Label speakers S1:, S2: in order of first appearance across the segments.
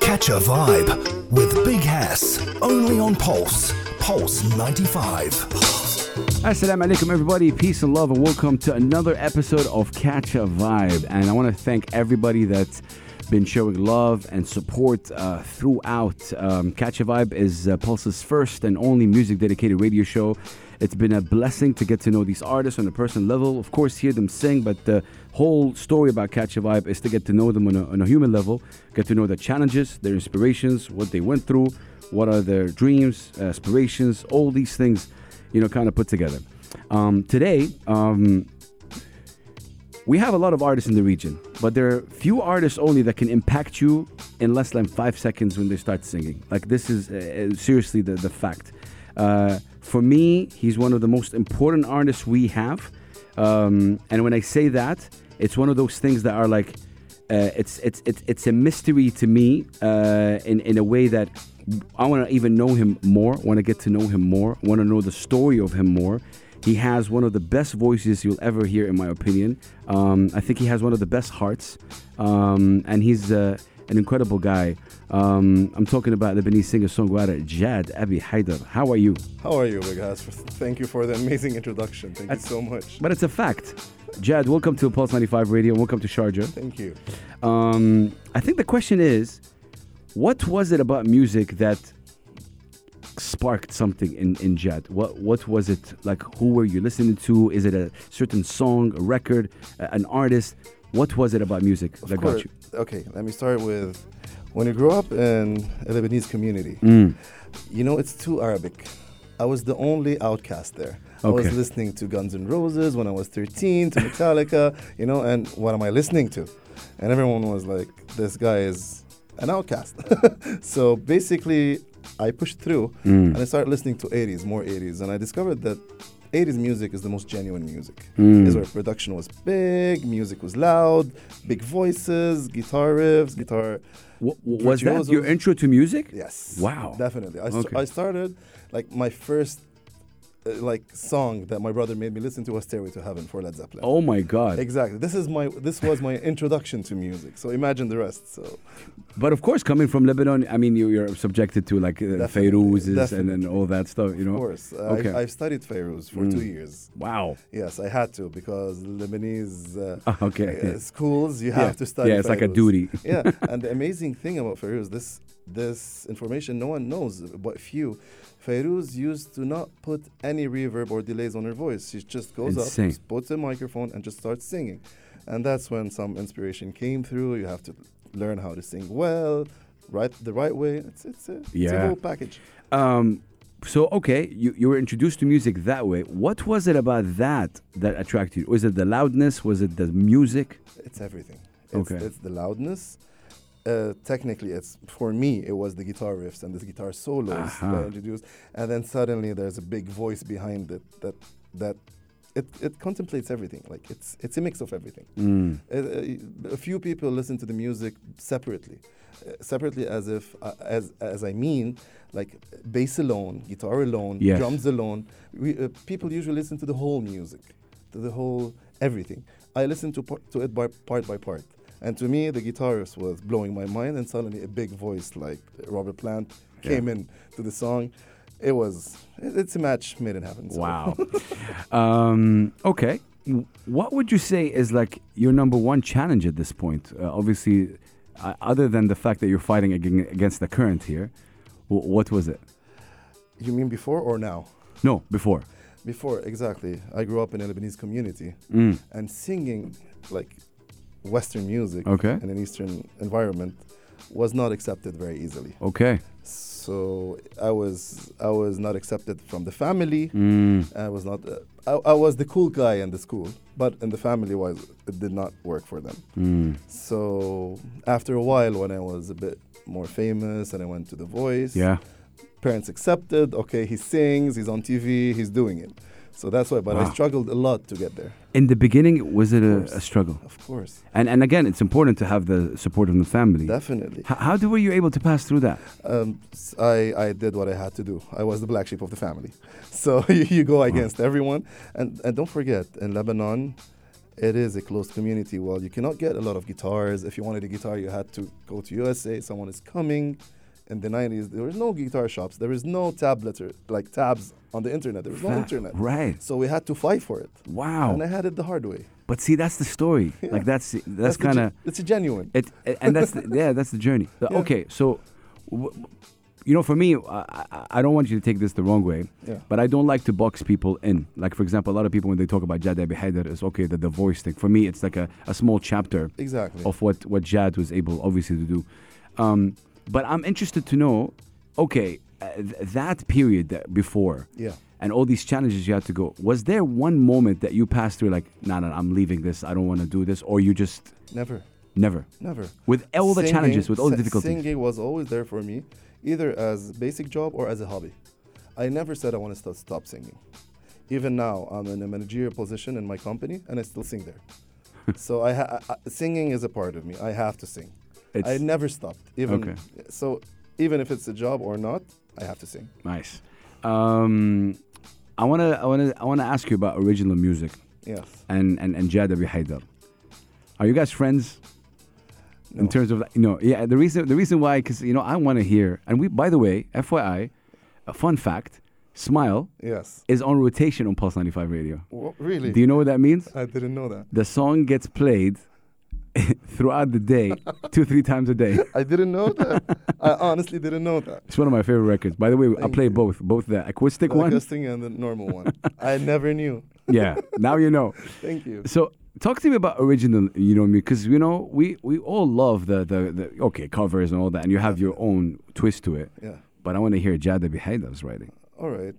S1: Catch a vibe with Big Hass only on Pulse. Pulse 95.
S2: Assalamu alaikum, everybody. Peace and love, and welcome to another episode of Catch a Vibe. And I want to thank everybody that's been showing love and support uh, throughout. Um, Catch a Vibe is uh, Pulse's first and only music dedicated radio show. It's been a blessing to get to know these artists on a personal level. Of course, hear them sing, but the whole story about Catch a Vibe is to get to know them on a, on a human level, get to know their challenges, their inspirations, what they went through, what are their dreams, aspirations, all these things you know, kind of put together. Um, today, um, we have a lot of artists in the region, but there are few artists only that can impact you in less than five seconds when they start singing. Like, this is uh, uh, seriously the, the fact. Uh, for me, he's one of the most important artists we have. Um, and when I say that, it's one of those things that are like, uh, it's, it's it's it's a mystery to me uh, in in a way that I want to even know him more. Want to get to know him more. Want to know the story of him more. He has one of the best voices you'll ever hear, in my opinion. Um, I think he has one of the best hearts, um, and he's uh, an incredible guy. Um, I'm talking about Lebanese singer-songwriter Jad Abi Haider. How are you?
S3: How are you, Big Hass? Thank you for the amazing introduction. Thank you so much.
S2: But it's a fact. Jad, welcome to Pulse 95 Radio. Welcome to Sharjah.
S3: Thank you.
S2: Um, I think the question is, what was it about music that sparked something in in Jad? What what was it like? Who were you listening to? Is it a certain song, a record, a- an artist? What was it about music that
S3: Of course.
S2: got you?
S3: Okay, let me start with when you grow up in a Lebanese community,
S2: Mm.
S3: you know, it's too Arabic. I was the only outcast there. I was
S2: Okay.
S3: listening to Guns N' Roses when I was 13, to Metallica, you know, and what am I listening to? And everyone was like, this guy is an outcast. so basically, I pushed through and I started listening to 80s, more 80s, and I discovered that 80s music is the most genuine music. Is where production was big, music was loud, big voices, guitar riffs, guitar.
S2: Wha- wha- was that your
S3: virtuosos.
S2: intro to music?
S3: Yes.
S2: Wow.
S3: Definitely. I, st-
S2: Okay.
S3: I started like my first uh, like song that my brother made me listen to was "Stairway to Heaven" for Led Zeppelin.
S2: Oh my God!
S3: Exactly. This is my this was my introduction to music. So imagine the rest. So
S2: But of course, coming from Lebanon, I mean, you, you're subjected to like uh,
S3: Definitely,
S2: Fairuzes and,
S3: definitely.
S2: and all that stuff, you know.
S3: of course, uh,
S2: okay. Mm.
S3: I, I've studied Fairuz for two years.
S2: wow.
S3: Yes, I had to because Lebanese
S2: Ah,
S3: uh,
S2: okay.
S3: uh, schools you have to study.
S2: Yeah, it's like a
S3: Fairuz.
S2: duty.
S3: yeah, and the amazing thing about Fairuz, this this information no one knows but few. Fairuz used to not put any reverb or delays on her voice. She just goes
S2: Insane.
S3: up, puts a microphone, and just starts singing. And that's when some inspiration came through. You have to learn how to sing well, right the right way. It's it's a, it's
S2: Yeah.
S3: a whole package.
S2: Um, so okay, you, you were introduced to music that way. What was it about that that attracted you? Was it the loudness? Was it the music?
S3: It's everything. It's,
S2: Okay.
S3: It's the loudness. Uh, technically, it's for me. It was the guitar riffs and the guitar solos
S2: Aha.
S3: that introduced, and then suddenly there's a big voice behind it that that it, it contemplates everything. Like it's it's a mix of everything.
S2: Mm.
S3: Uh, uh, a few people listen to the music separately, uh, separately as if uh, as as I mean, like bass alone, guitar alone,
S2: Yes.
S3: drums alone. We, uh, people usually listen to the whole music, to the whole everything. I listened to, par- to it by part by part. And to me, the guitarist was blowing my mind, and suddenly a big voice like Robert Plant came in to the song. It was, it- it's a match made in heaven. so.
S2: Wow. um, okay. W- What would you say is like your number one challenge at this point? Uh, obviously, uh, other than the fact that you're fighting ag- against the current here, w- what was it?
S3: You mean before or now?
S2: No, before.
S3: Before, exactly. I grew up in a Lebanese community, and singing like Western music
S2: Okay.
S3: in an Eastern environment was not accepted very easily.
S2: Okay.
S3: so I was I was not accepted from the family.
S2: Mm.
S3: I was not uh, I, I was the cool guy in the school, but in the family wise, it did not work for them.
S2: Mm.
S3: So after a while, when I was a bit more famous and I went to The Voice,
S2: Yeah.
S3: parents accepted. Okay, he sings, he's on TV, he's doing it. So that's why. But
S2: Wow.
S3: I struggled a lot to get there.
S2: In the beginning, was it a, a struggle?
S3: Of course,
S2: And and again, it's important to have the support of the family.
S3: definitely.
S2: H- how do, were you able to pass through that?
S3: um, s- I, I did what I had to do. I was the black sheep of the family. So you, you go against everyone. And, and don't forget, in Lebanon, it is a closed community. Well, you cannot get a lot of guitars. If you wanted a guitar, you had to go to USA. Someone is coming. In the 90s, there was no guitar shops. There is no tablet or like tabs on the internet. There was no
S2: Fa-
S3: internet.
S2: right.
S3: So we had to fight for it.
S2: Wow.
S3: And I had it the hard way.
S2: But see, that's the story. Like that's that's,
S3: the
S2: kind
S3: gen-
S2: of
S3: It's a genuine.
S2: it, it- and that's the, yeah, that's the journey. The-
S3: Yeah.
S2: Okay, so w- w- you know, for me, I, I- I don't want you to take this the wrong way,
S3: Yeah.
S2: but I don't like to box people in. Like for example, a lot of people when they talk about Jad Abi Haider, it's okay the the voice thing. For me, it's like a, a small chapter
S3: Exactly.
S2: of what what Jad was able obviously to do. Um, but I'm interested to know, okay, uh, th- that period that before,
S3: Yeah.
S2: and all these challenges you had to go. Was there one moment that you passed through like, no, no, I'm leaving this, I don't want to do this, or you just
S3: Never.
S2: never?
S3: Never.
S2: With all the
S3: Singing-
S2: challenges, with all the
S3: si-
S2: difficulties.
S3: Singing was always there for me, either as basic job or as a hobby. I never said I want to stop, stop singing. Even now, I'm in a managerial position in my company, and I still sing there. so I, ha- I- I- singing is a part of me. I have to sing.
S2: It's-
S3: I never stopped. Even
S2: Okay.
S3: so, even if it's a job or not, I have to sing.
S2: Nice. Um, I wanna, I wanna, I wanna ask you about original music
S3: Yes.
S2: and and and Jad Abi Haidar. Are you guys friends? In
S3: No.
S2: terms of no, yeah. The reason, the reason why, because you know, I want to hear. And we, by the way, FYI, a fun fact: Smile
S3: Yes.
S2: is on rotation on Pulse ninety five radio.
S3: Wha- really?
S2: Do you know what that means?
S3: I didn't know that.
S2: the song gets played throughout the day, two, three times a day.
S3: I didn't know that. I honestly didn't know that.
S2: It's one of my favorite records. By the way, I
S3: Thank
S2: play
S3: you.
S2: both, both the acoustic
S3: The
S2: one.
S3: acoustic and the normal one. I never knew.
S2: yeah, now you know.
S3: Thank you.
S2: So talk to me about original, you know, because you know we we all love the, the the okay covers and all that, and you have your own twist to it.
S3: Yeah.
S2: But I want to hear Jada Bihaida's writing.
S3: All right.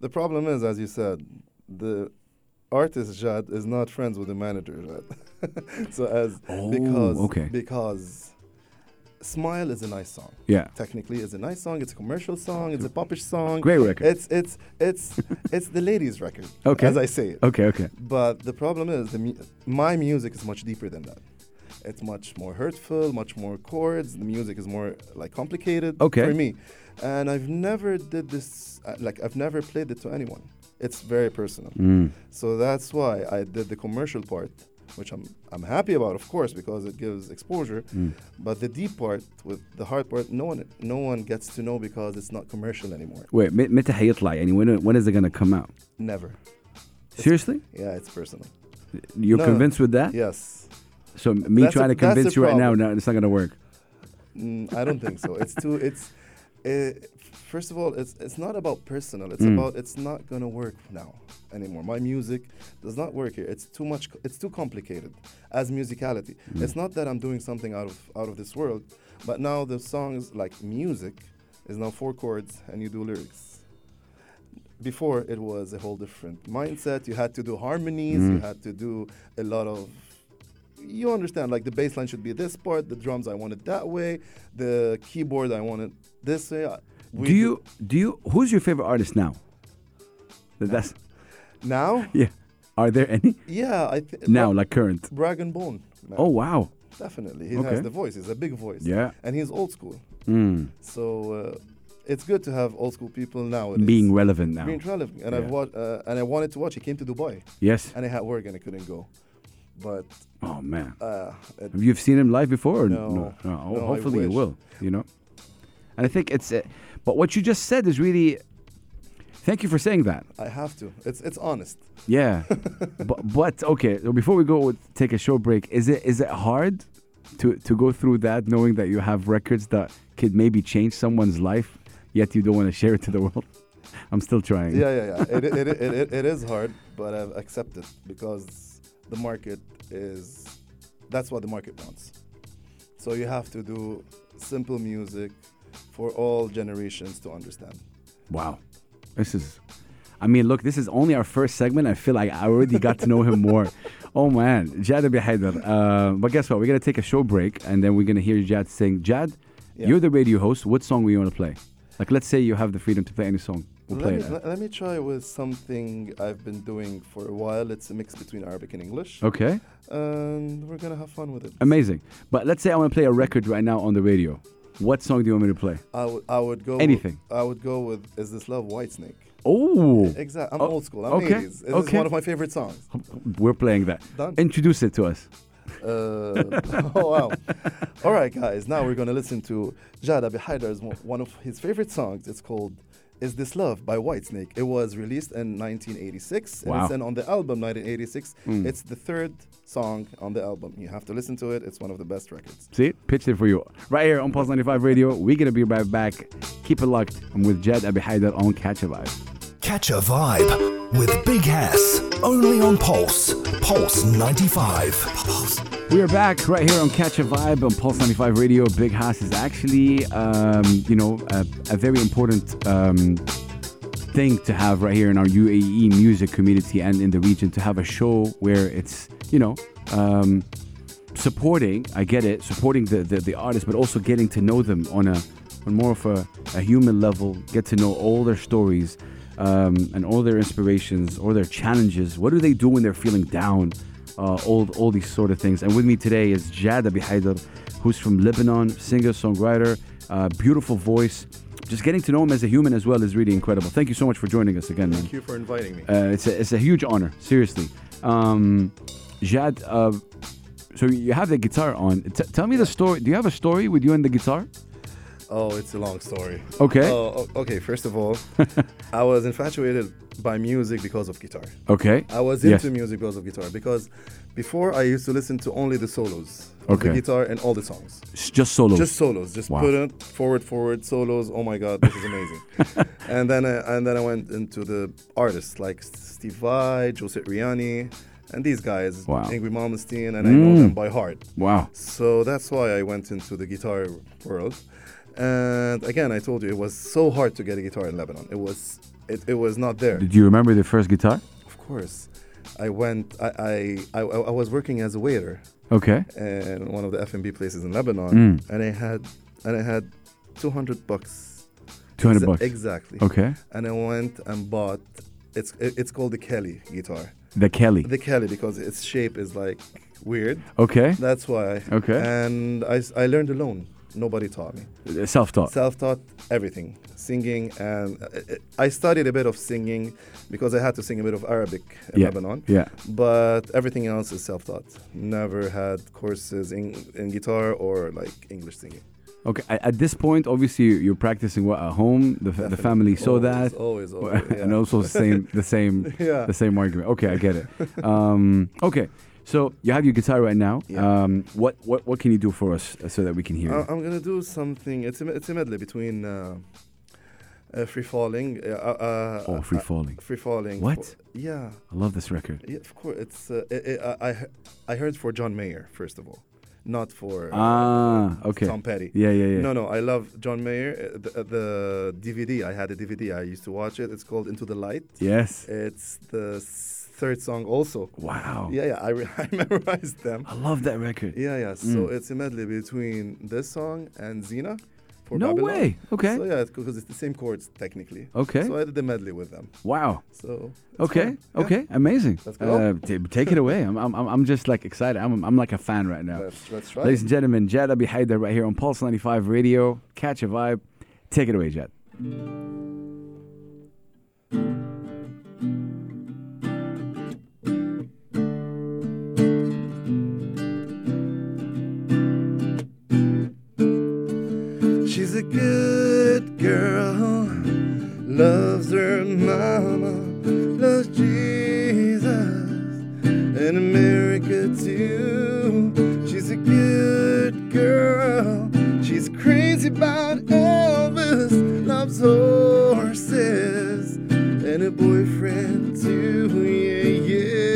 S3: The problem is, as you said, the artist Jad is not friends with the manager Jad. so as because
S2: Oh, okay.
S3: because Smile is a nice song.
S2: Yeah.
S3: Technically, it's a nice song. It's a commercial song. It's a popish song.
S2: Great record.
S3: It's it's it's it's the ladies' record.
S2: Okay.
S3: As I say it.
S2: Okay, okay.
S3: But the problem is, the mu- my music is much deeper than that. It's much more hurtful, much more chords. The music is more like complicated
S2: Okay.
S3: for me, and I've never did this. Uh, like I've never played it to anyone. It's very personal.
S2: Mm.
S3: So that's why I did the commercial part, which I'm I'm happy about, of course, because it gives exposure.
S2: Mm.
S3: But the deep part with the hard part, no one no one gets to know because it's not commercial anymore.
S2: Wait, مت- متى حيطلع? يعني when when is it gonna come out?
S3: Never.
S2: Seriously,
S3: Yeah, it's personal.
S2: you're
S3: No, no.
S2: convinced with that?
S3: Yes.
S2: So me
S3: That's a-
S2: trying to
S3: that's a
S2: convince you right now,
S3: problem.
S2: no, it's not gonna work.
S3: Mm, I don't think so. It's too. It's uh, first of all, it's it's not about personal. It's about it's not gonna work now anymore. My music does not work here. It's too much. co- It's too complicated as musicality. It's not that I'm doing something out of out of this world, but now the songs like music is now four chords and you do lyrics. Before it was a whole different mindset. You had to do harmonies.
S2: Mm.
S3: You had to do a lot of you understand like the bass line should be this part the drums i want it that way the keyboard i want it this way I- we
S2: do you do you who's your favorite artist now?
S3: Uh,
S2: That- That's
S3: now
S2: yeah. Are there any
S3: yeah i th-
S2: now like current?
S3: brag and bone man.
S2: Oh wow.
S3: definitely he
S2: okay.
S3: has the voice he's a big voice
S2: Yeah.
S3: and he's old school
S2: Mm.
S3: so uh, it's good to have old school people nowadays
S2: Being relevant now.
S3: being relevant and
S2: Yeah.
S3: i've watched uh, and i wanted to watch he came to dubai
S2: Yes.
S3: and i had work and i couldn't go but
S2: Oh man.
S3: uh, it,
S2: You've seen him live before? Or
S3: No.
S2: no. no. Ho-
S3: No, I
S2: Hopefully you
S3: wish.
S2: will. You know. And I think it's. Uh, but what you just said is really. Thank you for saying that.
S3: i have to it's it's honest
S2: Yeah. but, but okay. So before we go, with- take a short break. Is it is it hard to to go through that, knowing that you have records that could maybe change someone's life, yet you don't want to share it to the world? I'm still trying.
S3: yeah, yeah, yeah. It, it, it, it, it is hard, but I've accepted because the market is that's what the market wants. So you have to do simple music for all generations to understand.
S2: Wow. This is. I mean, look, this is only our first segment. I feel like I already got to know him more. Oh, man. Jad Abi Haidar. Uh, but guess what? We're going to take a short break and then we're going to hear Jad sing. Jad,
S3: Yeah.
S2: you're the radio host. What song do you want to play? Like, let's say you have the freedom to play any song. We'll
S3: let,
S2: play
S3: me,
S2: it.
S3: let, let me try with something I've been doing for a while. It's a mix between Arabic and English,
S2: Okay.
S3: and we're gonna have fun with it.
S2: Amazing. But let's say I want to play a record right now on the radio. What song do you want me to play?
S3: I would I would go
S2: Anything.
S3: With, I would go with Is This Love Whitesnake.
S2: Oh,
S3: Exactly. I'm
S2: Oh,
S3: old school. I'm
S2: okay,
S3: 80s. It's
S2: okay.
S3: one of my favorite songs.
S2: we're playing that.
S3: Done.
S2: Introduce it to us.
S3: Uh, oh wow! All right, guys. Now we're gonna listen to Jada Behaidar's mo- one of his favorite songs. It's called "Is This Love" by Whitesnake. It was released in 1986, and
S2: Wow. Hmm.
S3: it's in, on the album 1986. It's the third song on the album. You have to listen to it. It's one of the best records.
S2: See, pitched it for you right here on Pulse 95 Radio. We're gonna be right back. Keep it locked. I'm with Jad Abi Haidar on Catch a Vibe.
S1: Catch a vibe with Big Hass. Only on Pulse. Pulse 95. Pulse.
S2: We are back right here on Catch a Vibe on Pulse 95 Radio. Big House is actually, um, you know, a, a very important um, thing to have right here in our UAE music community and in the region to have a show where it's, you know, um, supporting, I get it, supporting the, the, the artist, but also getting to know them on a on more of a, a human level, get to know all their stories um, and all their inspirations, all their challenges. What do they do when they're feeling down? Uh, all, all these sort of things. And with me today is Jad Abi Haidar, who's from Lebanon, singer, songwriter, uh, beautiful voice. Just getting to know him as a human as well is really incredible. Thank you so much for joining us again, man.
S3: Thank you for inviting me.
S2: Uh, it's a, it's a huge honor, seriously. Um, Jad, uh, so you have the guitar on. T- tell me the story. Do you have a story with you and the guitar?
S3: Oh, it's a long story.
S2: Okay.
S3: Oh, o- okay. First of all, I was infatuated by music because of guitar.
S2: Okay.
S3: I was
S2: Yes.
S3: into music because of guitar because before I used to listen to only the solos of
S2: Okay.
S3: the guitar and all the songs.
S2: S- just solo.
S3: Just solos, just
S2: Wow.
S3: put it forward, forward solos. Oh my God, this is amazing! and then I, and then I went into the artists like Steve Vai, Joseph Riani, and these guys,
S2: Wow. Mm.
S3: Ingrid Malmsteen, and I know them by heart.
S2: wow.
S3: So that's why I went into the guitar world. And again, I told you it was so hard to get a guitar in Lebanon. It was it, it was not there.
S2: Did you remember the first guitar?
S3: Of course, I went. I I, I, I was working as a waiter
S2: Okay.
S3: in one of the F and B places in
S2: Mm.
S3: Lebanon, and I had and I had two hundred bucks.
S2: 200
S3: Exa-
S2: bucks.
S3: Exactly.
S2: Okay.
S3: And I went and bought. It's it- it's called the Kelly guitar.
S2: The Kelly.
S3: The Kelly because its shape is like weird.
S2: okay.
S3: That's why.
S2: Okay.
S3: And I s- I learned alone. Nobody taught me.
S2: Self taught.
S3: Self-taught everything, singing, and uh, I- I studied a bit of singing because I had to sing a bit of Arabic in
S2: Yeah.
S3: Lebanon.
S2: Yeah.
S3: But everything else is self-taught. Never had courses in, in guitar or like English singing.
S2: Okay. At, at this point, obviously, you're practicing what at home. The, f- the family saw
S3: always,
S2: that.
S3: Always, always. yeah.
S2: and also the same the same
S3: Yeah.
S2: the same argument. Okay, I get it. Um, okay, so you have your guitar right now.
S3: Yeah.
S2: Um, what what what can you do for us uh, so that we can hear?
S3: I-
S2: you?
S3: I'm gonna do something. It's a, me- it's a medley between uh, uh, free falling. Uh, uh,
S2: oh,
S3: uh,
S2: free
S3: uh,
S2: falling.
S3: Free falling.
S2: What?
S3: Yeah.
S2: I love this record.
S3: Yeah, of course. It's uh, i I, I, he- I heard for John Mayer first of all, not for uh,
S2: Ah, okay.
S3: Tom Petty.
S2: Yeah, yeah, yeah.
S3: No, no, I love John Mayer. Uh, The, uh, the DVD, I had a DVD. I used to watch it. It's called Into the Light.
S2: Yes.
S3: It's the s- third song also.
S2: Wow.
S3: Yeah, yeah, I, re- I memorized them.
S2: I love Mm. that record.
S3: Yeah, yeah. So it's a medley between this song and Xena. For
S2: No
S3: Babylon.
S2: way. Okay.
S3: So yeah, because it's the same chords technically.
S2: Okay.
S3: So I did the medley with them.
S2: Wow.
S3: So. it's
S2: Okay.
S3: fun. Yeah.
S2: Okay. Amazing.
S3: Let's go.
S2: Uh, t- take it away. I'm, I'm, I'm I'm just like excited. I'm, I'm like a fan right now.
S3: Let's, let's try.
S2: Ladies and gentlemen, Jad Abi Haidar right here on Pulse 95 Radio. Catch a vibe. Take it away, Jad.
S3: She's a good girl, loves her mama, loves Jesus and America too. She's a good girl, she's crazy about Elvis, loves horses and a boyfriend too. Yeah, yeah.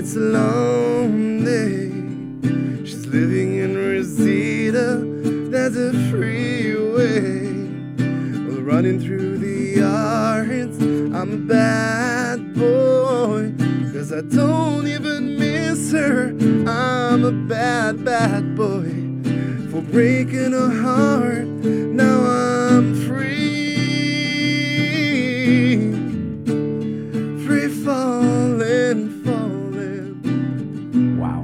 S3: It's a long day. She's living in Reseda. There's a freeway running through the yards. I'm a bad boy. Cause I don't even miss her. I'm a bad, bad boy. For breaking her heart. Now I'm free free falling, falling.
S2: Wow.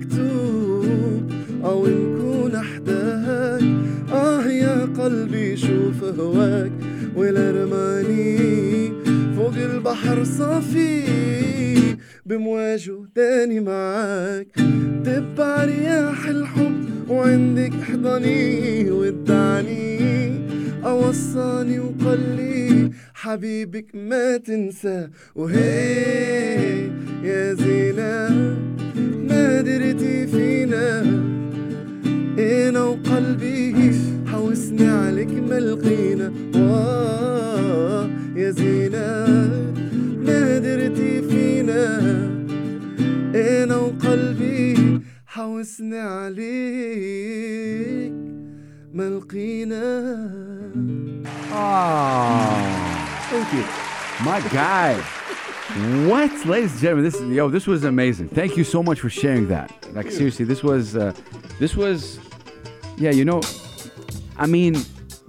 S3: مكتوب أو نكون أحداك آه يا قلبي شوف هواك ولا رماني فوق البحر صافي بمواجه تاني معاك تبع رياح الحب وعندك احضني ودعني أوصاني وقلي حبيبك ما تنسى وهي يا زينة ما درتي فينا أنا وقلبي حوسنا عليك ما لقينا واه يا زينة ما درتي فينا أنا وقلبي حوسنا عليك ما لقينا
S2: Oh,
S3: Thank you.
S2: my guy. What, ladies and gentlemen? This yo, this was amazing. Thank you so much for sharing that. Like seriously, this was, uh, this was, yeah. You know, I mean,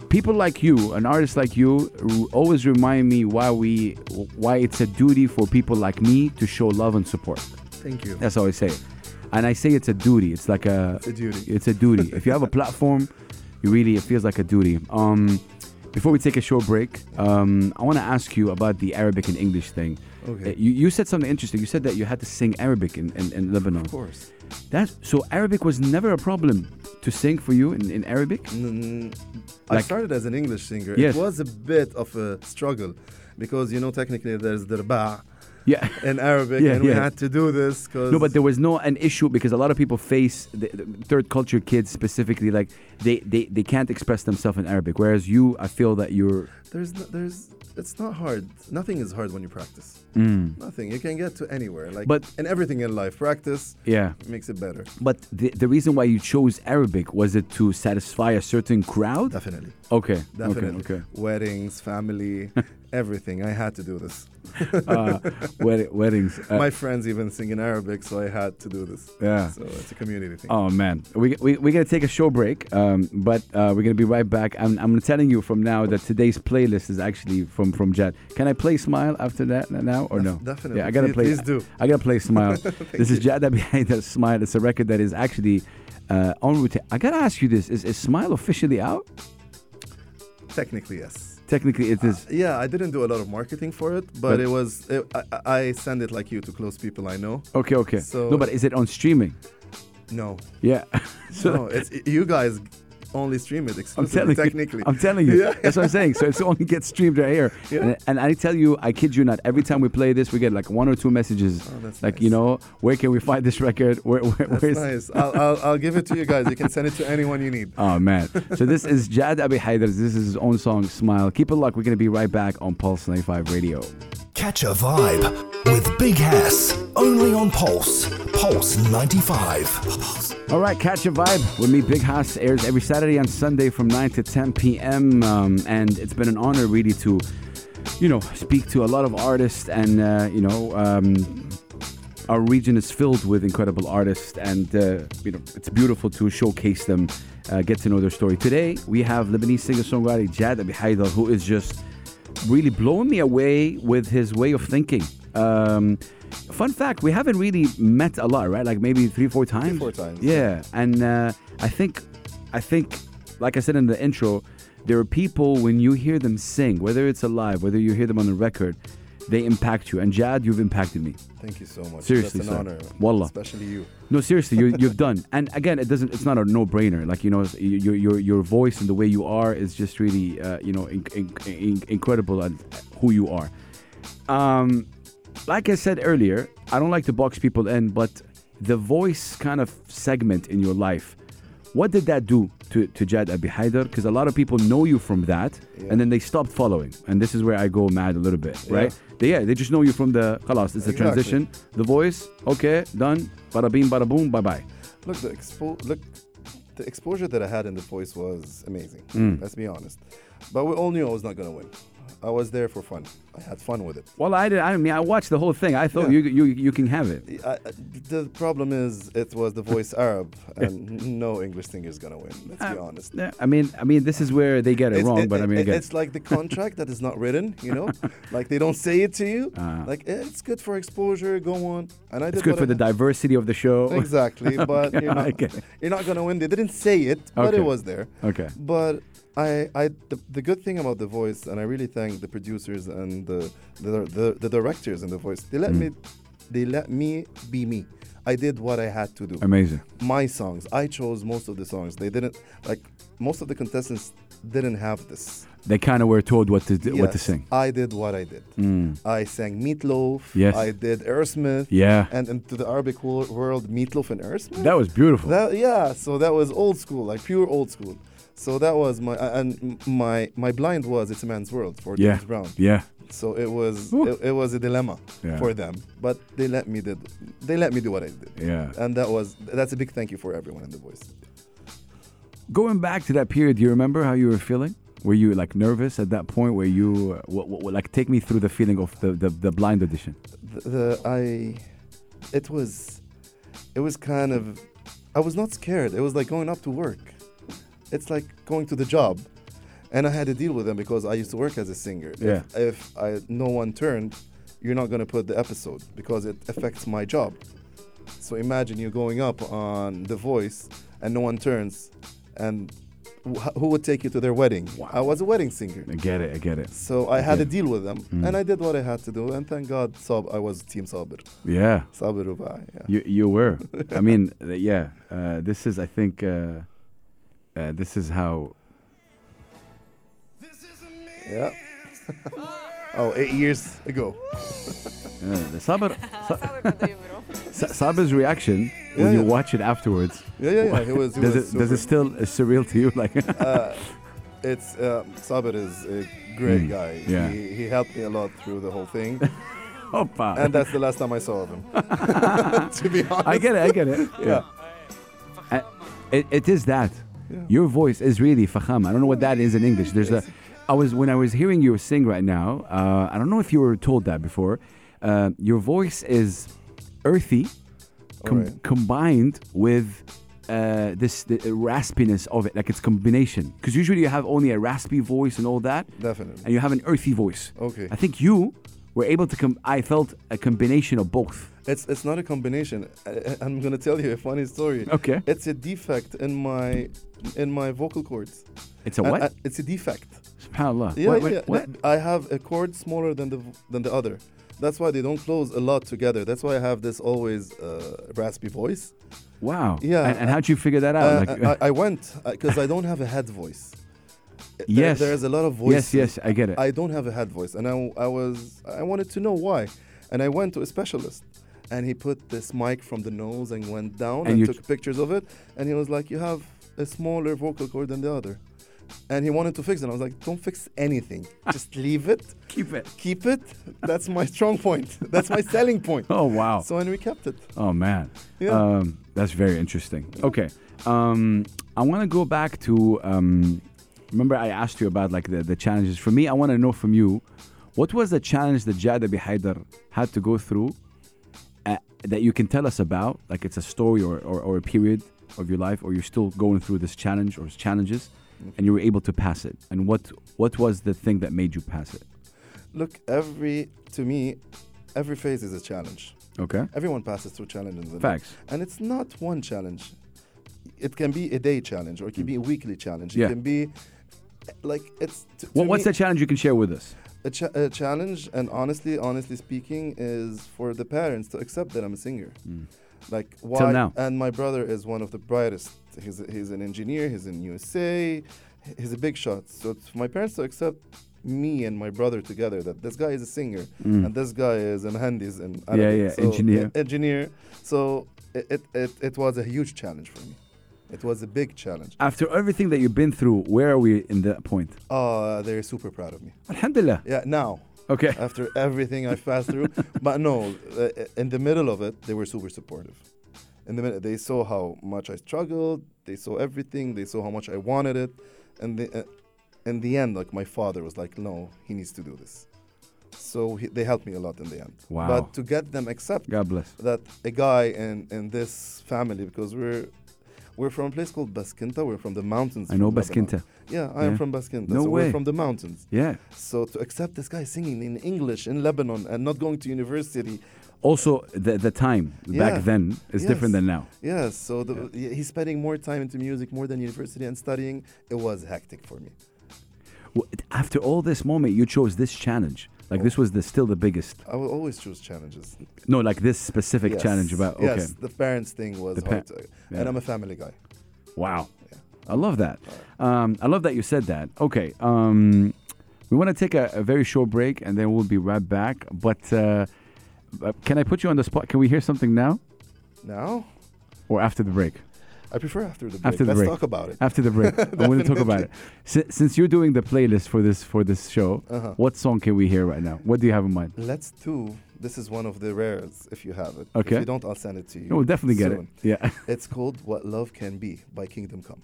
S2: people like you, an artist like you, r- always remind me why we, why it's a duty for people like me to show love and support.
S3: Thank you.
S2: That's how I say it. And I say it's a duty. It's like a
S3: a duty.
S2: It's a duty. if you have a platform, you really it feels like a duty. Um, before we take a short break, um, I want to ask you about the Arabic and English thing.
S3: Okay.
S2: Uh, You, you said something interesting. You said that you had to sing Arabic in, in, in Lebanon.
S3: Of course.
S2: That's so Arabic was never a problem to sing for you in, in Arabic.
S3: Mm, I
S2: Like-
S3: started as an English singer.
S2: Yes.
S3: It was a bit of a struggle because, you know, technically there's the ba
S2: Yeah.
S3: in Arabic,
S2: Yeah,
S3: and we
S2: yeah.
S3: had to do this because.
S2: No, but there was no an issue because a lot of people face the, the third culture kids specifically, like they, they, they can't express themselves in Arabic. Whereas you, I feel that you're
S3: there's, no, there's, it's not hard. Nothing is hard when you practice. Nothing. You can get to anywhere. Like,
S2: Mm. But-
S3: and everything in life, practice
S2: yeah.
S3: makes it better.
S2: But the, the reason why you chose Arabic was it to satisfy a certain crowd?
S3: Definitely.
S2: Okay,
S3: Definitely.
S2: okay,
S3: Weddings, family, everything. I had to do this.
S2: okay. Uh, wed- weddings. uh,
S3: My friends even sing in Arabic, so I had to do this.
S2: Yeah.
S3: So it's a community thing.
S2: Oh man, we we we gonna take a short break, um, but uh, we're gonna be right back. I'm I'm telling you from now that today's playlist is actually from from Jet. Can I play Smile after that n- now or
S3: Def-
S2: no?
S3: definitely.
S2: Yeah, I gotta
S3: Please-
S2: play.
S3: please do.
S2: I gotta play Smile. this is Jad that behind that Smile. It's a record that is actually uh, on route. I gotta ask you this: Is, is Smile officially out?
S3: Technically, yes.
S2: Technically, it is.
S3: Yeah, I didn't do a lot of marketing for it, but,
S2: But-
S3: it was. It, I, I- I send it like you to close people I know.
S2: Okay, okay.
S3: so-
S2: no, but is it on streaming?
S3: No,
S2: Yeah.
S3: no, it's you guys only stream it
S2: I'm
S3: exclusively.
S2: telling
S3: technically,
S2: you. I'm telling you.
S3: Yeah.
S2: That's what I'm saying. So it's only gets streamed right here.
S3: Yeah.
S2: And, and I tell you, I kid you not, every time we play this, we get like one or two messages.
S3: Oh, that's
S2: like,
S3: nice.
S2: you know, where can we find this record? Where, where, where's.
S3: That's nice. I'll, I'll, I'll give it to you guys. You can send it to anyone you need.
S2: Oh, man. so this is Jad Abi Haider. This is his own song, Smile. Keep it locked. We're going to be right back on Pulse 95 Radio.
S1: Catch a vibe with Big Hass. Only on Pulse. Pulse 95.
S2: All right, catch a vibe with me, Big Haas, airs every Saturday and Sunday from 9 to 10 p.m. Um, and it's been an honor, really, to, you know, speak to a lot of artists. And, uh, you know, um, our region is filled with incredible artists. And, uh, you know, it's beautiful to showcase them, uh, get to know their story. Today, we have Lebanese singer songwriter Jad Abi Haidar, who is just really blowing me away with his way of thinking. Um, fun fact, we haven't really met a lot, right? Like maybe three, four times.
S3: four times.
S2: Yeah, and uh, I think, I think, like I said in the intro, there are people when you hear them sing, whether it's alive, whether you hear them on a record, they impact you. And Jad, you've impacted me.
S3: Thank you so much.
S2: Seriously,
S3: that's an
S2: sir.
S3: honor.
S2: Wallah.
S3: especially you.
S2: No, seriously, you, you've done. And again, it doesn't. It's not a no-brainer. Like you know, it's- y- your your your voice and the way you are is just really, uh, you know, in, in, in, incredible at who you are. Um, like I said earlier, I don't like to box people in, but the voice kind of segment in your life, what did that do to to Jad Abi Haider? Because a lot of people know you from that,
S3: Yeah.
S2: and then they stopped following. And this is where I go mad a little bit,
S3: Yeah.
S2: right? They, yeah, they just know you from the خلاص, it's a
S3: Exactly.
S2: transition. The voice, okay, done. Bada bing, bada boom, bye bye.
S3: Look, the expo- look, the Mm. exposure that I had in the voice was amazing. Let's be honest. But we all knew I was not gonna win. I was there for fun. I had fun with it.
S2: Well, I did. I mean, I watched the whole thing. I thought
S3: Yeah.
S2: you, you you can have it.
S3: I, I- the problem is, it was the voice Arab, and no English singer is gonna win. Let's be honest.
S2: Yeah, I mean, I mean, this is where they get it
S3: It's-
S2: wrong.
S3: it-
S2: but I mean,
S3: it-
S2: again,
S3: it's like the contract that is not written. You know, like they don't say it to you. Like eh, it's good for exposure. Go on. And I did.
S2: it's good
S3: what
S2: for
S3: I
S2: the
S3: had.
S2: diversity of the show.
S3: Exactly, but you're not,
S2: okay.
S3: you're not gonna win. They didn't say it, but
S2: Okay.
S3: it was there.
S2: Okay.
S3: But I, I, the, the good thing about the voice, and I really thank the producers and the the, the, the directors in the voice. They
S2: Mm.
S3: let me, they let me be me. I did what I had to do.
S2: Amazing.
S3: My songs. I chose most of the songs. They didn't like most of the contestants didn't have this.
S2: They kind of were told what to do, what to
S3: Yes,
S2: sing. Mm.
S3: I did what I did. I sang Meatloaf.
S2: Yes.
S3: I did Aerosmith.
S2: Yeah.
S3: And into the Arabic wo- world, Meatloaf and Aerosmith.
S2: That was beautiful.
S3: That yeah, so that was old school, like pure old school. So that was my and m- my my blind was it's a man's world for
S2: yeah.
S3: James Brown.
S2: Yeah.
S3: So it was
S2: Whew.
S3: it, it was a dilemma
S2: Yeah.
S3: for them, but they let me did they let me do what I did.
S2: Yeah.
S3: And that was that's a big thank you for everyone in the voice.
S2: Going back to that period, do you remember how you were feeling? Were you like nervous at that point? Were you uh, what, what, like take me through the feeling of the, the, the blind audition?
S3: The, the I it was it was kind of I was not scared. It was like going up to work. It's like going to the job. And I had to deal with them because I used to work as a singer.
S2: Yeah.
S3: If, if I no one turned, you're not gonna put the episode because it affects my job. So imagine you going up on The Voice and no one turns, and wh- who would take you to their wedding? I was a wedding singer.
S2: I get it. I get it.
S3: So I had to deal with them,
S2: Mm.
S3: and I did what I had to do. And thank God, Sab, I was Team Sabir.
S2: Yeah.
S3: Sabir Rubai. Yeah.
S2: You you were. I mean, th- yeah. Uh, this is I think uh, uh, this is how
S3: yeah. oh, eight years ago.
S2: uh, Sabr
S4: Sabr Kadyrov.
S2: Sa- Sabir's reaction when
S3: Yeah,
S2: you
S3: yeah.
S2: watch it afterwards.
S3: Yeah, yeah, yeah. He was. He
S2: does
S3: was
S2: it does
S3: super.
S2: it still is surreal to you? Like
S3: It's um, Sabir is a great guy.
S2: Mm, yeah.
S3: He, he helped me a lot through the whole thing,
S2: opa.
S3: and that's the last time I saw of him. to be honest.
S2: I get it. I get it. Yeah. Uh, it, it is that. Your voice is really fakham. I don't know what that is in English. There's a. I was when I was hearing you sing right now. Uh, I don't know if you were told that before. Uh, your voice is earthy, com-
S3: Alright.
S2: combined with. Uh, this the raspiness of it, like it's combination, because usually you have only a raspy voice and all that,
S3: Definitely.
S2: and you have an earthy voice.
S3: Okay.
S2: I think you were able to. Com- I felt a combination of both.
S3: It's it's not a combination. I, I'm gonna tell you a funny story.
S2: Okay.
S3: It's a defect in my in my vocal cords.
S2: It's a
S3: And
S2: what?
S3: I- it's a defect.
S2: Subhanallah.
S3: Yeah,
S2: What-
S3: yeah.
S2: what- what?
S3: th- I have a chord smaller than the v- than the other. That's why they don't close a lot together. That's why I have this always uh, raspy voice.
S2: Wow.
S3: Yeah,
S2: And, and
S3: I-
S2: how'd you figure that out?
S3: Uh,
S2: like,
S3: I, I went because I don't have a head voice. There-
S2: yes.
S3: there is a lot of
S2: Yes,
S3: voices.
S2: yes, I get it.
S3: I don't have a head voice, and I, I was I wanted to know why, and I went to a specialist, and he put this mic from the nose and went down
S2: And
S3: and,
S2: you-
S3: took pictures of it, and he was like, "You have a smaller vocal cord than the other," and he wanted to fix it. I was like, "Don't fix anything, just leave it,
S2: Keep it.
S3: keep it. That's my strong point. That's my selling point."
S2: Oh, wow.
S3: So and we kept it.
S2: oh, man.
S3: Yeah.
S2: Um, that's very interesting. Okay. Um, I want to go back to. Um, remember, I asked you about like the, the challenges. For me, I want to know from you what was the challenge that Jada Bi Haidar had to go through uh, that you can tell us about? Like, it's a story or, or, or a period of your life, or you're still going through this challenge or challenges. And you were able to pass it. And what what was the thing that made you pass it?
S3: Look, every to me, every phase is a challenge.
S2: Okay.
S3: Everyone passes through challenges. in life.
S2: Facts.
S3: And it's not one challenge. It can be a day challenge or it can be a weekly challenge.
S2: Yeah.
S3: It can be like it's. T- to
S2: What, what's
S3: me,
S2: the challenge you can share with us?
S3: a, cha- a challenge? And honestly, honestly speaking, is for the parents to accept that I'm a singer. Like why?
S2: Mm. now.
S3: And my brother is one of the brightest. He's a, he's an engineer. He's in USA. He's a big shot. So it's for my parents to accept me and my brother together that this guy is a singer and this guy is an handis and
S2: Mm. Yeah, yeah, engineer.
S3: e, engineer. So it, it, it, it was a huge challenge for me. It was a big challenge.
S2: After everything that you've been through, where are we in that point?
S3: Uh, they're super proud of me.
S2: Alhamdulillah.
S3: Yeah, now.
S2: Okay.
S3: After everything I've passed through. But no, uh, in the middle of it, they were super supportive. In the minute they saw how much I struggled, they saw everything, they saw how much I wanted it, and they, uh, in the end, like my father was like, no, he needs to do this. So he, they helped me a lot in the end.
S2: Wow.
S3: But to get them accept
S2: God bless.
S3: that a guy in, in this family because we're we're from a place called Baskinta. We're from the mountains.
S2: I know
S3: from Lebanon.
S2: Baskinta.
S3: Yeah, I am
S2: Yeah.
S3: from Baskinta.
S2: No
S3: so
S2: way.
S3: we're from the mountains.
S2: Yeah.
S3: So to accept this guy singing in English in Lebanon and not going to university,
S2: Also, the, the time
S3: Yeah.
S2: back then is different
S3: Yes.
S2: than now.
S3: yeah. So the, yeah, he's spending more time into music more than university and studying. It was hectic for me.
S2: W- After all this moment, you chose this challenge. Like this was the still the biggest.
S3: I will always choose challenges.
S2: No, like this specific
S3: Yes.
S2: challenge about. Okay.
S3: Yes, the parents thing was
S2: The
S3: hard.
S2: pa-
S3: to-
S2: yeah.
S3: And I'm a family guy.
S2: Wow. I love that. Um, I love that you said that. Okay. Um, we want to take a, a very short break and then we'll be right back. But uh, uh, can I put you on the spot? Can we hear something now
S3: Now,
S2: or after the break?
S3: I prefer after the break.
S2: After the
S3: Let's
S2: break.
S3: talk about it.
S2: After the break, I want to talk about it. Si- since you're doing the playlist for this for this show,
S3: Uh-huh.
S2: what song can we hear right now? What do you have in mind?
S3: Let's do. This is one of the rares. If you have it.
S2: Okay.
S3: If you don't, I'll send it to you.
S2: No, Oh, we'll definitely get
S3: soon.
S2: it. Yeah.
S3: It's called "What Love Can Be" by Kingdom Come.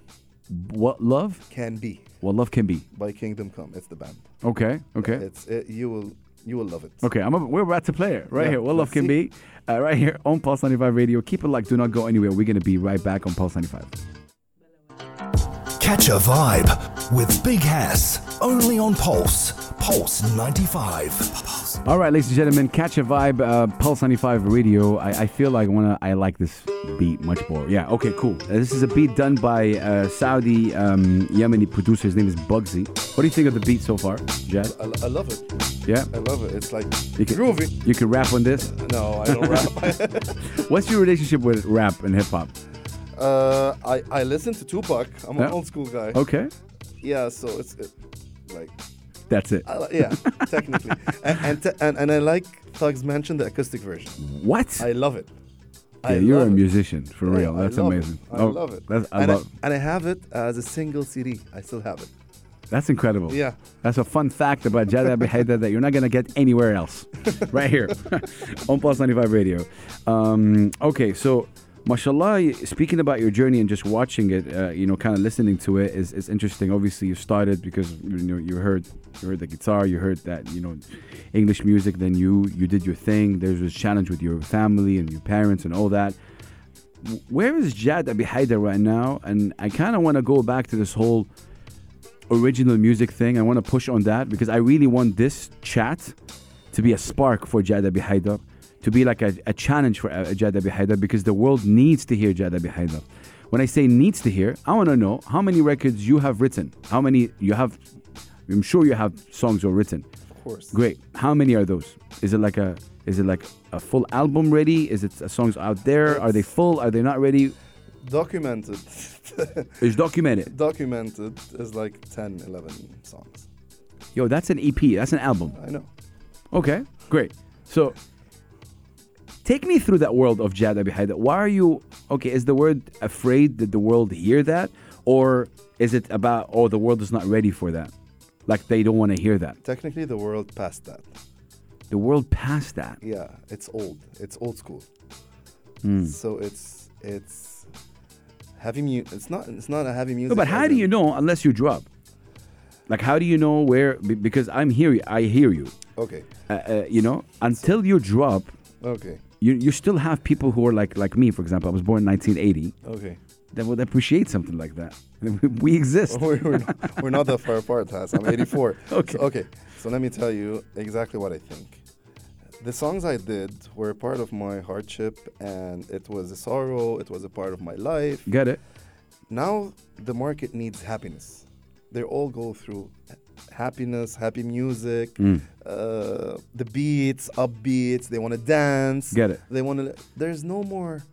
S2: what love?
S3: Can be
S2: What love can be?
S3: by Kingdom Come. It's the band.
S2: Okay. Okay.
S3: It's it, you will you will love it.
S2: Okay, I'm we're about to play it right
S3: Yeah,
S2: here. What love
S3: let's
S2: can
S3: see.
S2: be, uh, right here on Pulse 95 Radio. Keep it locked. Do not go anywhere. We're gonna be right back on Pulse 95.
S1: Catch a vibe with Big Hass only on Pulse. Pulse 95.
S2: All right, ladies and gentlemen, catch a vibe. Uh, Pulse 95 Radio. I, I feel like I wanna. I like this beat much more. Yeah. Okay. Cool. Uh, this is a beat done by uh, Saudi um, Yemeni producer. His name is Bugsy. What do you think of the beat so far, Jad?
S3: I, I love it.
S2: Yeah.
S3: I love it. It's like
S2: You can,
S3: groovy.
S2: You can rap on this.
S3: No, I don't rap.
S2: What's your relationship with rap and hip hop?
S3: uh, I I listen to Tupac. I'm
S2: Yeah.
S3: an old school guy.
S2: Okay.
S3: Yeah. So it's it, like
S2: That's it.
S3: I, li- yeah, technically, and and, te- and and I like Thugs Mansion, the acoustic version.
S2: What?
S3: I love it. I
S2: Yeah, you're a
S3: love it.
S2: musician for
S3: Yeah,
S2: real.
S3: I
S2: That's
S3: love it.
S2: amazing. Oh,
S3: I love it.
S2: That's, I
S3: and,
S2: love-
S3: I, and I have it as a single CD. I still have it.
S2: that's incredible.
S3: Yeah.
S2: That's a fun fact about Jada Behaida that you're not gonna get anywhere else, right here on Pulse 95 Radio. Um, okay, so mashallah, y- speaking about your journey and just watching it, uh, you know, kind of listening to it is, is interesting. Obviously, you started because you know you heard you heard the guitar, you heard that you know English music. Then you you did your thing. There's this challenge with your family and your parents and all that. where is Jad Abi Haider right now? And I kind of want to go back to this whole original music thing. I want to push on that because I really want this chat to be a spark for Jad Abi Haider, to be like a, a challenge for uh, Jad Abi Haider because the world needs to hear Jad Abi Haider. When I say needs to hear, I want to know how many records you have written, how many you have. I'm sure you have songs or written.
S3: Of course.
S2: Great. How many are those? Is it like a is it like a full album ready? Is it uh, songs out there? Are they full? Are they not ready?
S3: Documented.
S2: It's documented.
S3: Documented is like 10, 11 songs.
S2: Yo, that's an EP. That's an album.
S3: I know.
S2: Okay, great. So, take me through that world of Jad Abi Haidar. Why are you okay? Is the word afraid that the world hear that, or is it about oh the world is not ready for that, like they don't want to hear that?
S3: Technically, the world passed that.
S2: The world passed that.
S3: Yeah, it's old. It's old school.
S2: Hmm.
S3: So it's it's heavy music. It's not it's not a heavy music.
S2: No, but how
S3: as
S2: do
S3: in-
S2: you know unless you drop? Like how do you know where? be- Because I'm here. I hear you.
S3: Okay,
S2: Uh, uh, you know, until you drop,
S3: okay,
S2: you you still have people who are like like me. For example, I was born in 1980.
S3: okay.
S2: That would appreciate something like that. We exist.
S3: we're, we're, not, we're not that far apart, Hass. I'm 84.
S2: Okay.
S3: So, okay. So let me tell you exactly what I think. The songs I did were part of my hardship, and it was a sorrow. It was a part of my life.
S2: Got it.
S3: Now the market needs happiness. They all go through happiness, happy music,
S2: Mm.
S3: uh, the beats, upbeats. They want to dance.
S2: Get it.
S3: They want to. There's no more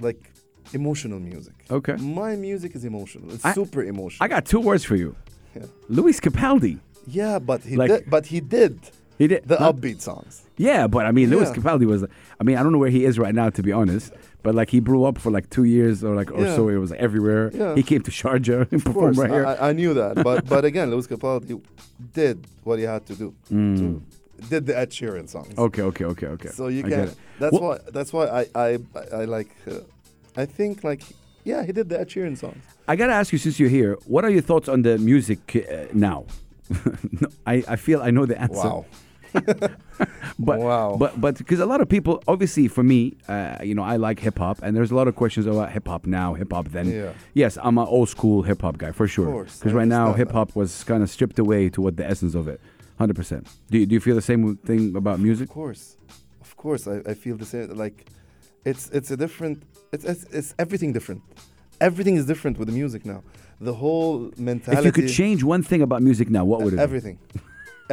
S3: like emotional music.
S2: Okay.
S3: My music is emotional. It's
S2: I-
S3: super emotional.
S2: I got two words for you.
S3: Yeah.
S2: Luis Capaldi.
S3: Yeah, but he
S2: Like-
S3: did. But he did
S2: He did
S3: the
S2: not-
S3: upbeat songs.
S2: Yeah, but I mean, Luis
S3: Yeah.
S2: Capaldi was. I mean, I don't know where he is right now, to be honest. But like, he blew up for like two years or like or
S3: Yeah.
S2: so. It was like, everywhere.
S3: Yeah.
S2: He came to Sharjah and
S3: Of course,
S2: performed right here.
S3: I, I- I knew that. But but again, Luis Capaldi did what he had to do.
S2: Mm.
S3: To, did the Ed Sheeran songs.
S2: okay, okay, okay, okay.
S3: So you
S2: I get
S3: can.
S2: it.
S3: That's
S2: Well,
S3: why. That's why I I I, I like. Uh, I think like Yeah, he did the Ed Sheeran songs.
S2: I gotta ask you, since you're here, what are your thoughts on the music uh, now? No, I, I feel I know the answer.
S3: Wow.
S2: But,
S3: Wow.
S2: But but because a lot of people, obviously, for me, uh, you know, I like hip hop, and there's a lot of questions about hip hop now, hip hop then.
S3: Yeah.
S2: Yes, I'm an old school hip hop guy for sure.
S3: course,
S2: Because
S3: I
S2: right now,
S3: understand
S2: hip hop was kind of stripped away to what the essence of it. Hundred percent. Do you, do you feel the same thing about music?
S3: Of course, of course, I, I feel the same. Like, it's it's a different. It's, it's it's everything different. Everything is different with the music now. The whole mentality.
S2: If you could change one thing about music now, what would it be?
S3: everything,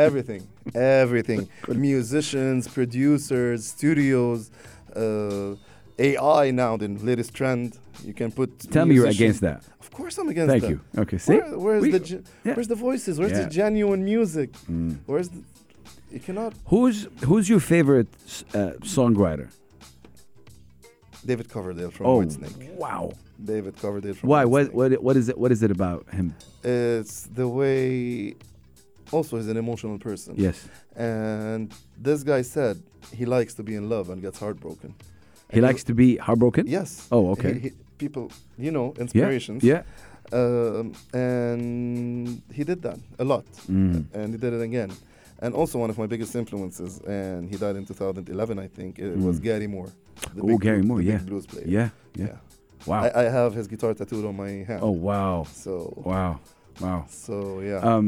S3: everything, everything. Musicians, producers, studios, uh, AI now the latest trend. You can put.
S2: Tell me you're
S3: musician-
S2: against that.
S3: Of course, I'm against
S2: Thank
S3: that.
S2: you. Okay, see?
S3: Where, where's
S2: We-
S3: the ge-
S2: yeah.
S3: where's the voices? Where's the
S2: Yeah. Mm.
S3: genuine music? Where's the, you cannot
S2: Who's who's your favorite s- uh, songwriter?
S3: David Coverdale from
S2: Oh,
S3: Whitesnake.
S2: wow.
S3: David Coverdale from
S2: Why?
S3: Whitesnake.
S2: What, what? What is it? What is it about him?
S3: It's the way. Also, he's an emotional person.
S2: Yes.
S3: And this guy said he likes to be in love and gets heartbroken.
S2: He likes to be heartbroken.
S3: Yes.
S2: Oh, okay.
S3: He- he- people, you know,
S2: Yeah.
S3: inspirations.
S2: Yeah.
S3: Um, and he did that a lot.
S2: Mm.
S3: And he did it again. And also one of my biggest influences, and he died in 2011, I think. It was Gary Moore. the
S2: Oh,
S3: big
S2: Mm. Gary
S3: blu-
S2: Moore.
S3: the big
S2: Yeah.
S3: blues player.
S2: yeah. Yeah. Wow.
S3: I, I have his guitar tattooed on my hand.
S2: oh wow.
S3: So.
S2: Wow. Wow.
S3: So yeah.
S2: Um,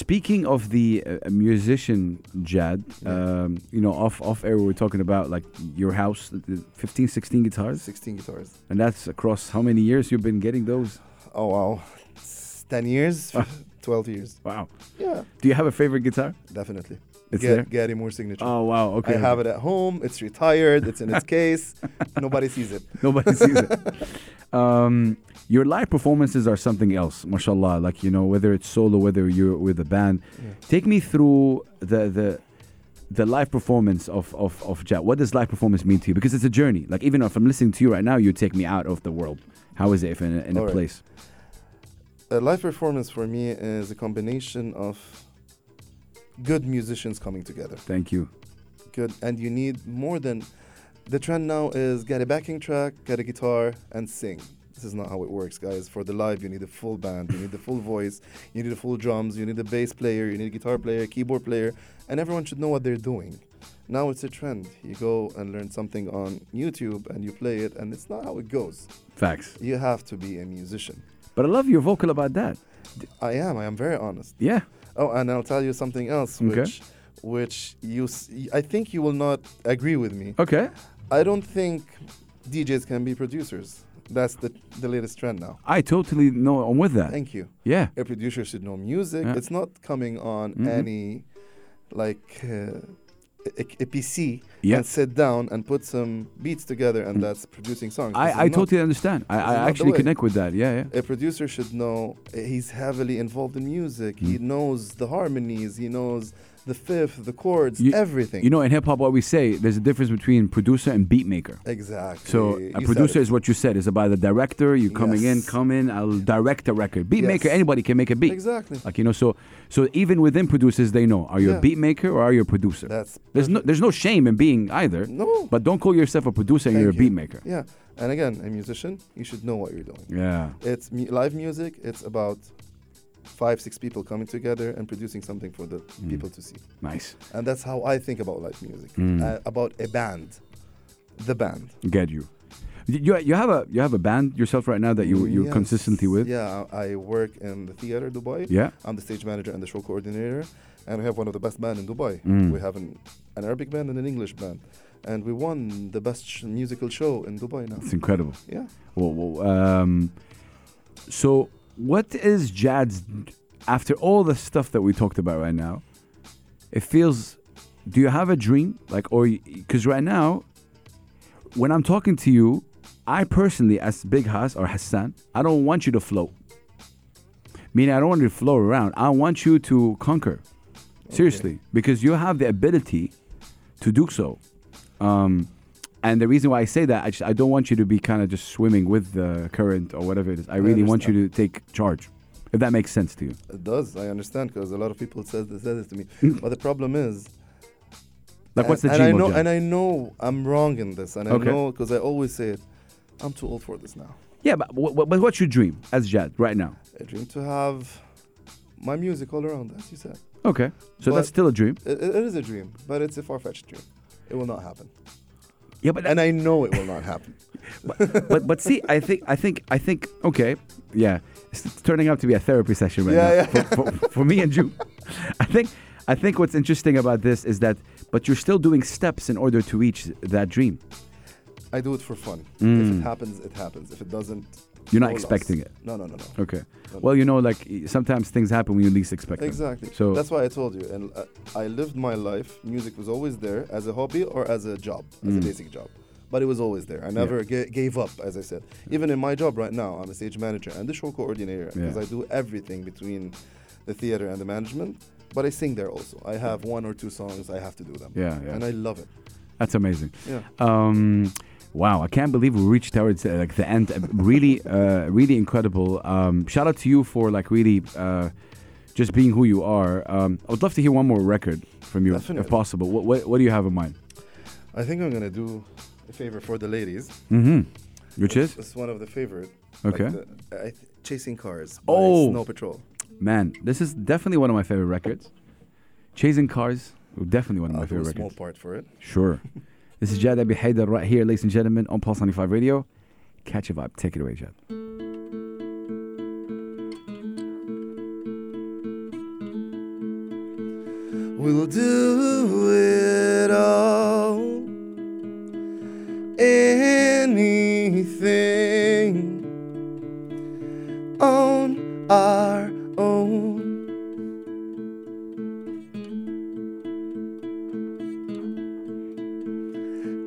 S2: speaking of the uh, musician Jad, um, you know, off off air we were talking about like your house, the- the 15, 16 guitars,
S3: 16 guitars.
S2: and that's across how many years you've been getting those?
S3: Oh wow, It's ten years,
S2: Uh.
S3: twelve years.
S2: Wow.
S3: Yeah,
S2: Do you have a favorite guitar?
S3: definitely.
S2: It's
S3: Ga-
S2: there?
S3: Gary Moore signature.
S2: Oh wow. Okay.
S3: I have it at home. It's retired. It's in its case. Nobody sees it.
S2: Nobody sees it. Um, your live performances are something else, mashallah. Like you know, whether it's solo, whether you're with a band, take me through the the the live performance of of of Jet. What does live performance mean to you? Because it's a journey. Like even if I'm listening to you right now, you take me out of the world. How is it if in a, in a
S3: All right.
S2: place?
S3: A live performance for me is a combination of good musicians coming together.
S2: Thank you.
S3: Good, and you need more than the trend now is get a backing track, get a guitar, and sing. This is not how it works, guys. For the live, you need a full band, you need the full voice, you need the full drums, you need a bass player, you need a guitar player, keyboard player, and everyone should know what they're doing. Now it's a trend. You go and learn something on YouTube and you play it, and it's not how it goes.
S2: Facts.
S3: You have to be a musician.
S2: But I love your vocal about that.
S3: I am. I am very honest.
S2: Yeah.
S3: Oh, and I'll tell you something else,
S2: Okay.
S3: which, which you, s- I think you will not agree with me.
S2: Okay.
S3: I don't think DJs can be producers. That's the, the latest trend now.
S2: I totally know. I'm with that.
S3: Thank you.
S2: yeah.
S3: A producer should know music.
S2: Yeah. Mm-hmm.
S3: It's not coming on any like uh, a, a PC
S2: Yeah. Mm.
S3: and sit down and put some beats together and that's producing songs. This is
S2: I, I
S3: not-
S2: totally understand. I,
S3: is not
S2: I
S3: the
S2: actually
S3: way.
S2: connect with that. Yeah. Yeah.
S3: a producer should know uh, he's heavily involved in music. He
S2: Mm.
S3: knows the harmonies. He knows the fifth, the chords,
S2: You-
S3: everything.
S2: You know, in hip hop, what we say, there's a difference between producer and beat maker.
S3: exactly.
S2: So
S3: You
S2: a
S3: said
S2: producer
S3: it.
S2: is what you said. It's about the director. You coming in,
S3: Yes.
S2: come in. I'll direct a record. Beat maker,
S3: Yes.
S2: anybody can make a beat.
S3: Exactly.
S2: Like you know, so so even within producers, they know are you a
S3: Yeah.
S2: beat maker or are you a producer.
S3: That's
S2: there's no there's no shame in being either.
S3: No.
S2: But don't call yourself a producer. and
S3: Thank
S2: You're a
S3: you.
S2: beat maker.
S3: Yeah, and again, a musician, you should know what you're doing.
S2: Yeah.
S3: It's mu- live music. It's about five, six people coming together and producing something for the
S2: Mm.
S3: people to see,
S2: Nice.
S3: and that's how I think about live music.
S2: Mm.
S3: Uh, about a band, the band.
S2: Get you. Y- You you have a you have a band yourself right now that you you're
S3: Yes.
S2: consistently with.
S3: Yeah, I I work in the theater Dubai.
S2: Yeah.
S3: I'm the stage manager and the show coordinator, and we have one of the best band in Dubai.
S2: Mm.
S3: We have an, an Arabic band and an English band, and we won the best sh- musical show in Dubai now.
S2: It's incredible.
S3: Yeah.
S2: Whoa, whoa. Um, so, what is Jad's? After all the stuff that we talked about right now, it feels. Do you have a dream, like, or because right now, when I'm talking to you, I personally, as Big Hass or Hassan, I don't want you to float. Meaning, I don't want you to float around. I want you to conquer, seriously, because you have the ability to do so. Um, and the reason why I say that, I, just, I don't want you to be kind of just swimming with the current or whatever it is. I really want you to take charge, if that makes sense to you.
S3: It does. I understand because a lot of people says said this to me. but the problem is,
S2: Hmm. Like, what's the
S3: and,
S2: dream
S3: and I know,
S2: of Jan?
S3: and I know I'm wrong in this, and
S2: Okay.
S3: I know because I always say it. I'm too old for this now.
S2: Yeah, but, but, but what's your dream as Jad right now?
S3: I dream to have my music all around, as you said.
S2: Okay, so
S3: But-
S2: that's still a dream.
S3: It, it is a dream, but it's a far fetched dream. It will not happen.
S2: Yeah, but
S3: And I know it will not happen.
S2: but but see, I think I think I think okay, yeah, it's turning out to be a therapy session right
S3: Yeah,
S2: now For, for, for me and you. I think I think what's interesting about this is that, but you're still doing steps in order to reach that dream.
S3: I do it for fun. If it happens, it happens. If it doesn't,
S2: Hmm. You're not
S3: no loss.
S2: expecting it.
S3: No, no, no, no.
S2: Okay. Well, you know, like y- sometimes things happen when you least expect them.
S3: Exactly.
S2: So-
S3: So that's why I told you. And uh, I lived my life. Music was always there as a hobby or as a job, as
S2: Mm.
S3: a basic job. But it was always there. I never ga- gave up, as I said. Even in my job right now, I'm a stage manager and the show coordinator because
S2: Yeah.
S3: I do everything between the theater and the management. But I sing there also. I have one or two songs. I have to do them.
S2: Yeah, yeah.
S3: And I love it.
S2: That's amazing.
S3: Yeah.
S2: Um, wow, I can't believe we reached towards uh, like the end. Uh, Really, uh, really incredible. Um, shout out to you for like really uh, just being who you are. Um, I would love to hear one more record from you, if
S3: Definitely.
S2: possible. What, what What do you have in mind?
S3: I think I'm gonna do a favor for the ladies.
S2: Mm-hmm. Which
S3: It's-
S2: is
S3: It's one of the favorite.
S2: Okay.
S3: Like the, I th- Chasing Cars. By
S2: Oh.
S3: Snow Patrol.
S2: man, this is definitely one of my favorite records. Chasing Cars, definitely one of my
S3: I'll do a
S2: favorite
S3: small
S2: records.
S3: part for it.
S2: Sure. this is Jad Abi Haider right here, ladies and gentlemen, on Pulse 95 Radio. Catch a vibe. Take it away, Jad.
S3: We'll do it all. Anything on our own.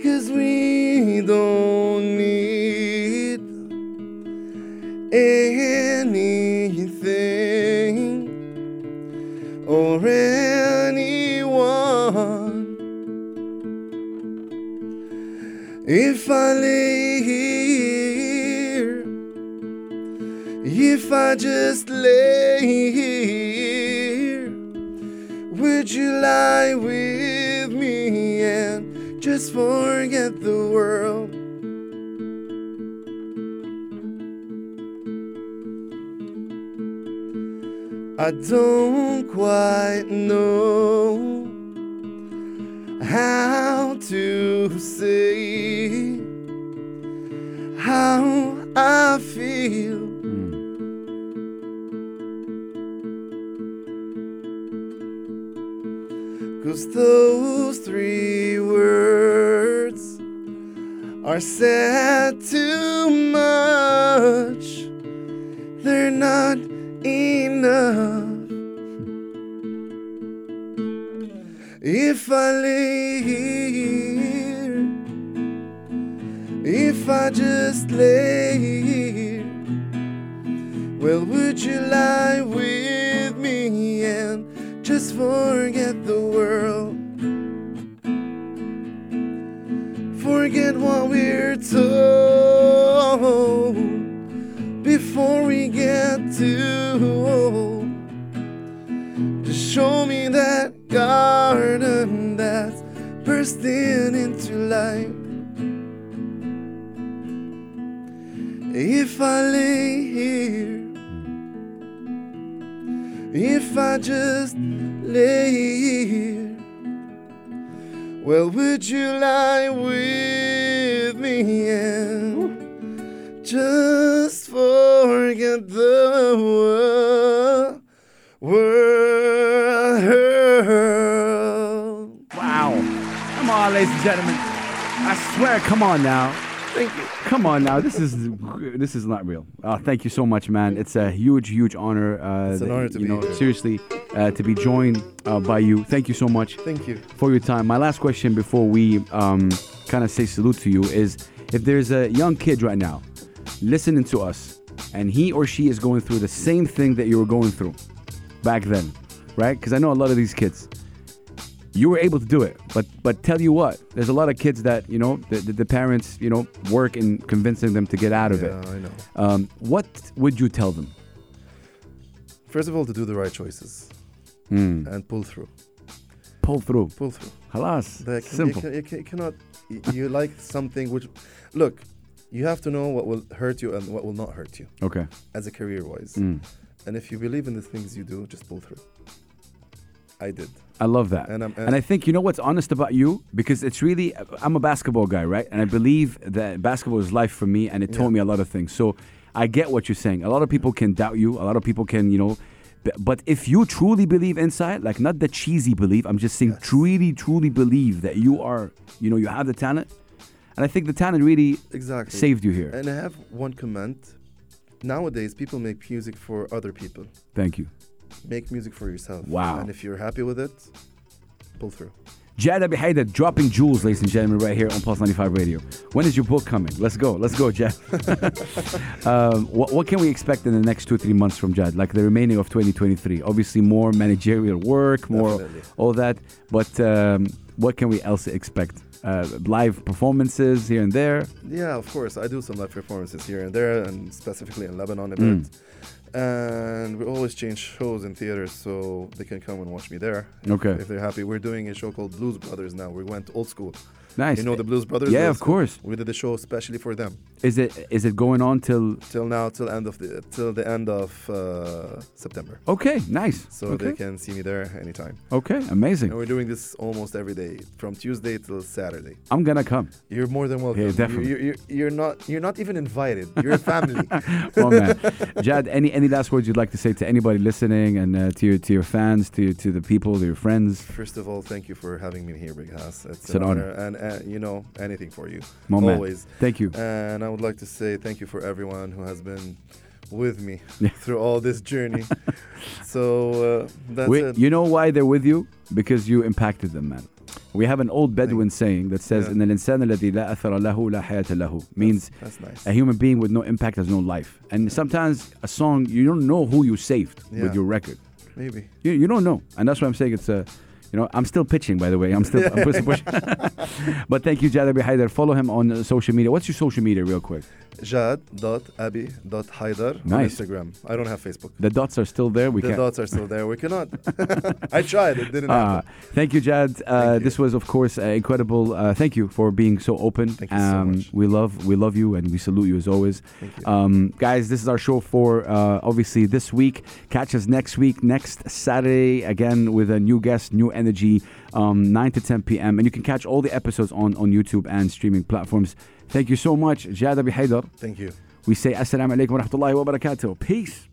S3: Cause we don't need anything or anyone. If I lay here, if I just lay here, would you lie with me and just forget the world? I don't quite know how to say how I feel. Cause those three words are said too much. They're not enough. If I lay here, if I just lay here, well, would you lie with me and just forget the world? Forget what we're told before we get too old. Just show me that garden that's bursting into life. If I lay here, if I just lay here, well, would you lie with me? And just forget the world. world.
S2: Wow. Come on, ladies and gentlemen. I swear, come on now.
S3: Thank you.
S2: Come on now. This is this is not real. Uh, thank you so much, man. It's a huge, huge honor. Uh,
S3: It's an
S2: that,
S3: honor to
S2: you
S3: be
S2: know,
S3: here.
S2: Seriously, uh, to be joined uh, by you. Thank you so much
S3: Thank you.
S2: for your time. My last question before we um, kind of say salute to you is if there's a young kid right now listening to us and he or she is going through the same thing that you were going through back then, right? Because I know a lot of these kids. You were able to do it, but but tell you what, there's a lot of kids that you know the, the, the parents you know work in convincing them to get out of
S3: Yeah,
S2: it.
S3: I know.
S2: Um, what would you tell them?
S3: First of all, to do the right choices and pull through.
S2: Pull through,
S3: Pull through.
S2: halas,
S3: The- you
S2: simple.
S3: can- you, can- you cannot. you- You like something which. Look, you have to know what will hurt you and what will not hurt you
S2: Okay.
S3: as a career wise.
S2: Mm.
S3: And if you believe in the things you do, just pull through. I did.
S2: I love that.
S3: And I'm-
S2: and I think, you know what's honest about you? Because it's really, I'm a basketball guy, right? And I believe that basketball is life for me and it taught me a lot of things. So I get what you're saying. A lot of people can doubt you, a lot of people can, you know. b- But if you truly believe inside, like not the cheesy belief, I'm just saying truly, truly believe that you are, you know, you have the talent. And I think the talent really
S3: Exactly.
S2: saved you here.
S3: And I have one comment. Nowadays, people make music for other people.
S2: Thank you.
S3: Make music for yourself.
S2: Wow.
S3: And if you're happy with it, pull through.
S2: Jad Abi Haydad dropping jewels, ladies and gentlemen, right here on Pulse 95 Radio. When is your book coming? Let's go. Let's go, Jad. um, what, what can we expect in the next two, three months from Jad? Like the remaining of 2023? Obviously, more managerial work, more
S3: Definitely.
S2: all that. But um, what can we else expect? Uh, live performances here and there.
S3: Yeah, of course. I do some live performances here and there, and specifically in Lebanon a bit.
S2: Mm.
S3: And we always change shows in theaters so they can come and watch me there. if-
S2: Okay.
S3: If they're happy. We're doing a show called Blues Brothers now. We went old school.
S2: Nice.
S3: You know the Blues Brothers?
S2: Yeah,
S3: Old
S2: of
S3: school.
S2: course.
S3: We did the show especially for them.
S2: Is it is it going on till?
S3: Till now, till end of the till the end of uh, September.
S2: Okay, nice.
S3: So
S2: okay.
S3: they can see me there anytime.
S2: Okay,
S3: And
S2: amazing.
S3: we're doing this almost every day, from Tuesday till Saturday.
S2: I'm gonna come.
S3: You're more than welcome. You-
S2: definitely.
S3: You're, you're, you're not you're not even invited. You're a family.
S2: Oh man, Jad. Any any last words you'd like to say to anybody listening and uh, to your to your fans, to to the people, to your friends?
S3: First of all, thank you for having me here, Big House. It's,
S2: an honor.
S3: and uh, you know anything for you,
S2: My man.
S3: always. Uh,
S2: Thank you.
S3: And I would like to say thank you for everyone who has been with me
S2: Yeah.
S3: through all this journey. so uh, that's
S2: We-
S3: it.
S2: you know why they're with you? Because you impacted them, man. We have an old Bedouin saying that says,
S3: Yeah.
S2: "إن الإنسان الذي لا أثر له لا حياة له," means
S3: that's nice.
S2: a human being with no impact has no life. And sometimes a song, you don't know who you saved
S3: Yeah.
S2: with your record.
S3: Maybe.
S2: You, you don't know, and that's why I'm saying it's a. You know, I'm still pitching, by the way. I'm still I'm pushing. pushing. but thank you, Jad Abi Haider. Follow him on uh, social media. What's your social media, real quick?
S3: Jad.abi.haidar
S2: Nice.
S3: on Instagram. I don't have Facebook.
S2: The dots are still there. We
S3: The
S2: can't.
S3: dots are still there. We cannot. I tried. It didn't
S2: Ah,
S3: happen.
S2: thank you, Jad. uh,
S3: you.
S2: This was, of course, uh, incredible. Uh, thank you for being so open. Um,
S3: Thank you so much.
S2: We love, we love you, and we salute you as always, Um, guys. This is our show for uh, obviously this week. Catch us next week, next Saturday again with a new guest, new energy, um, nine to ten p.m. And you can catch all the episodes on on YouTube and streaming platforms. Thank you so much, Jad Abi Haydar.
S3: Thank you.
S2: We say assalamu alaikum wa rahmatullahi wa barakatuh. Peace.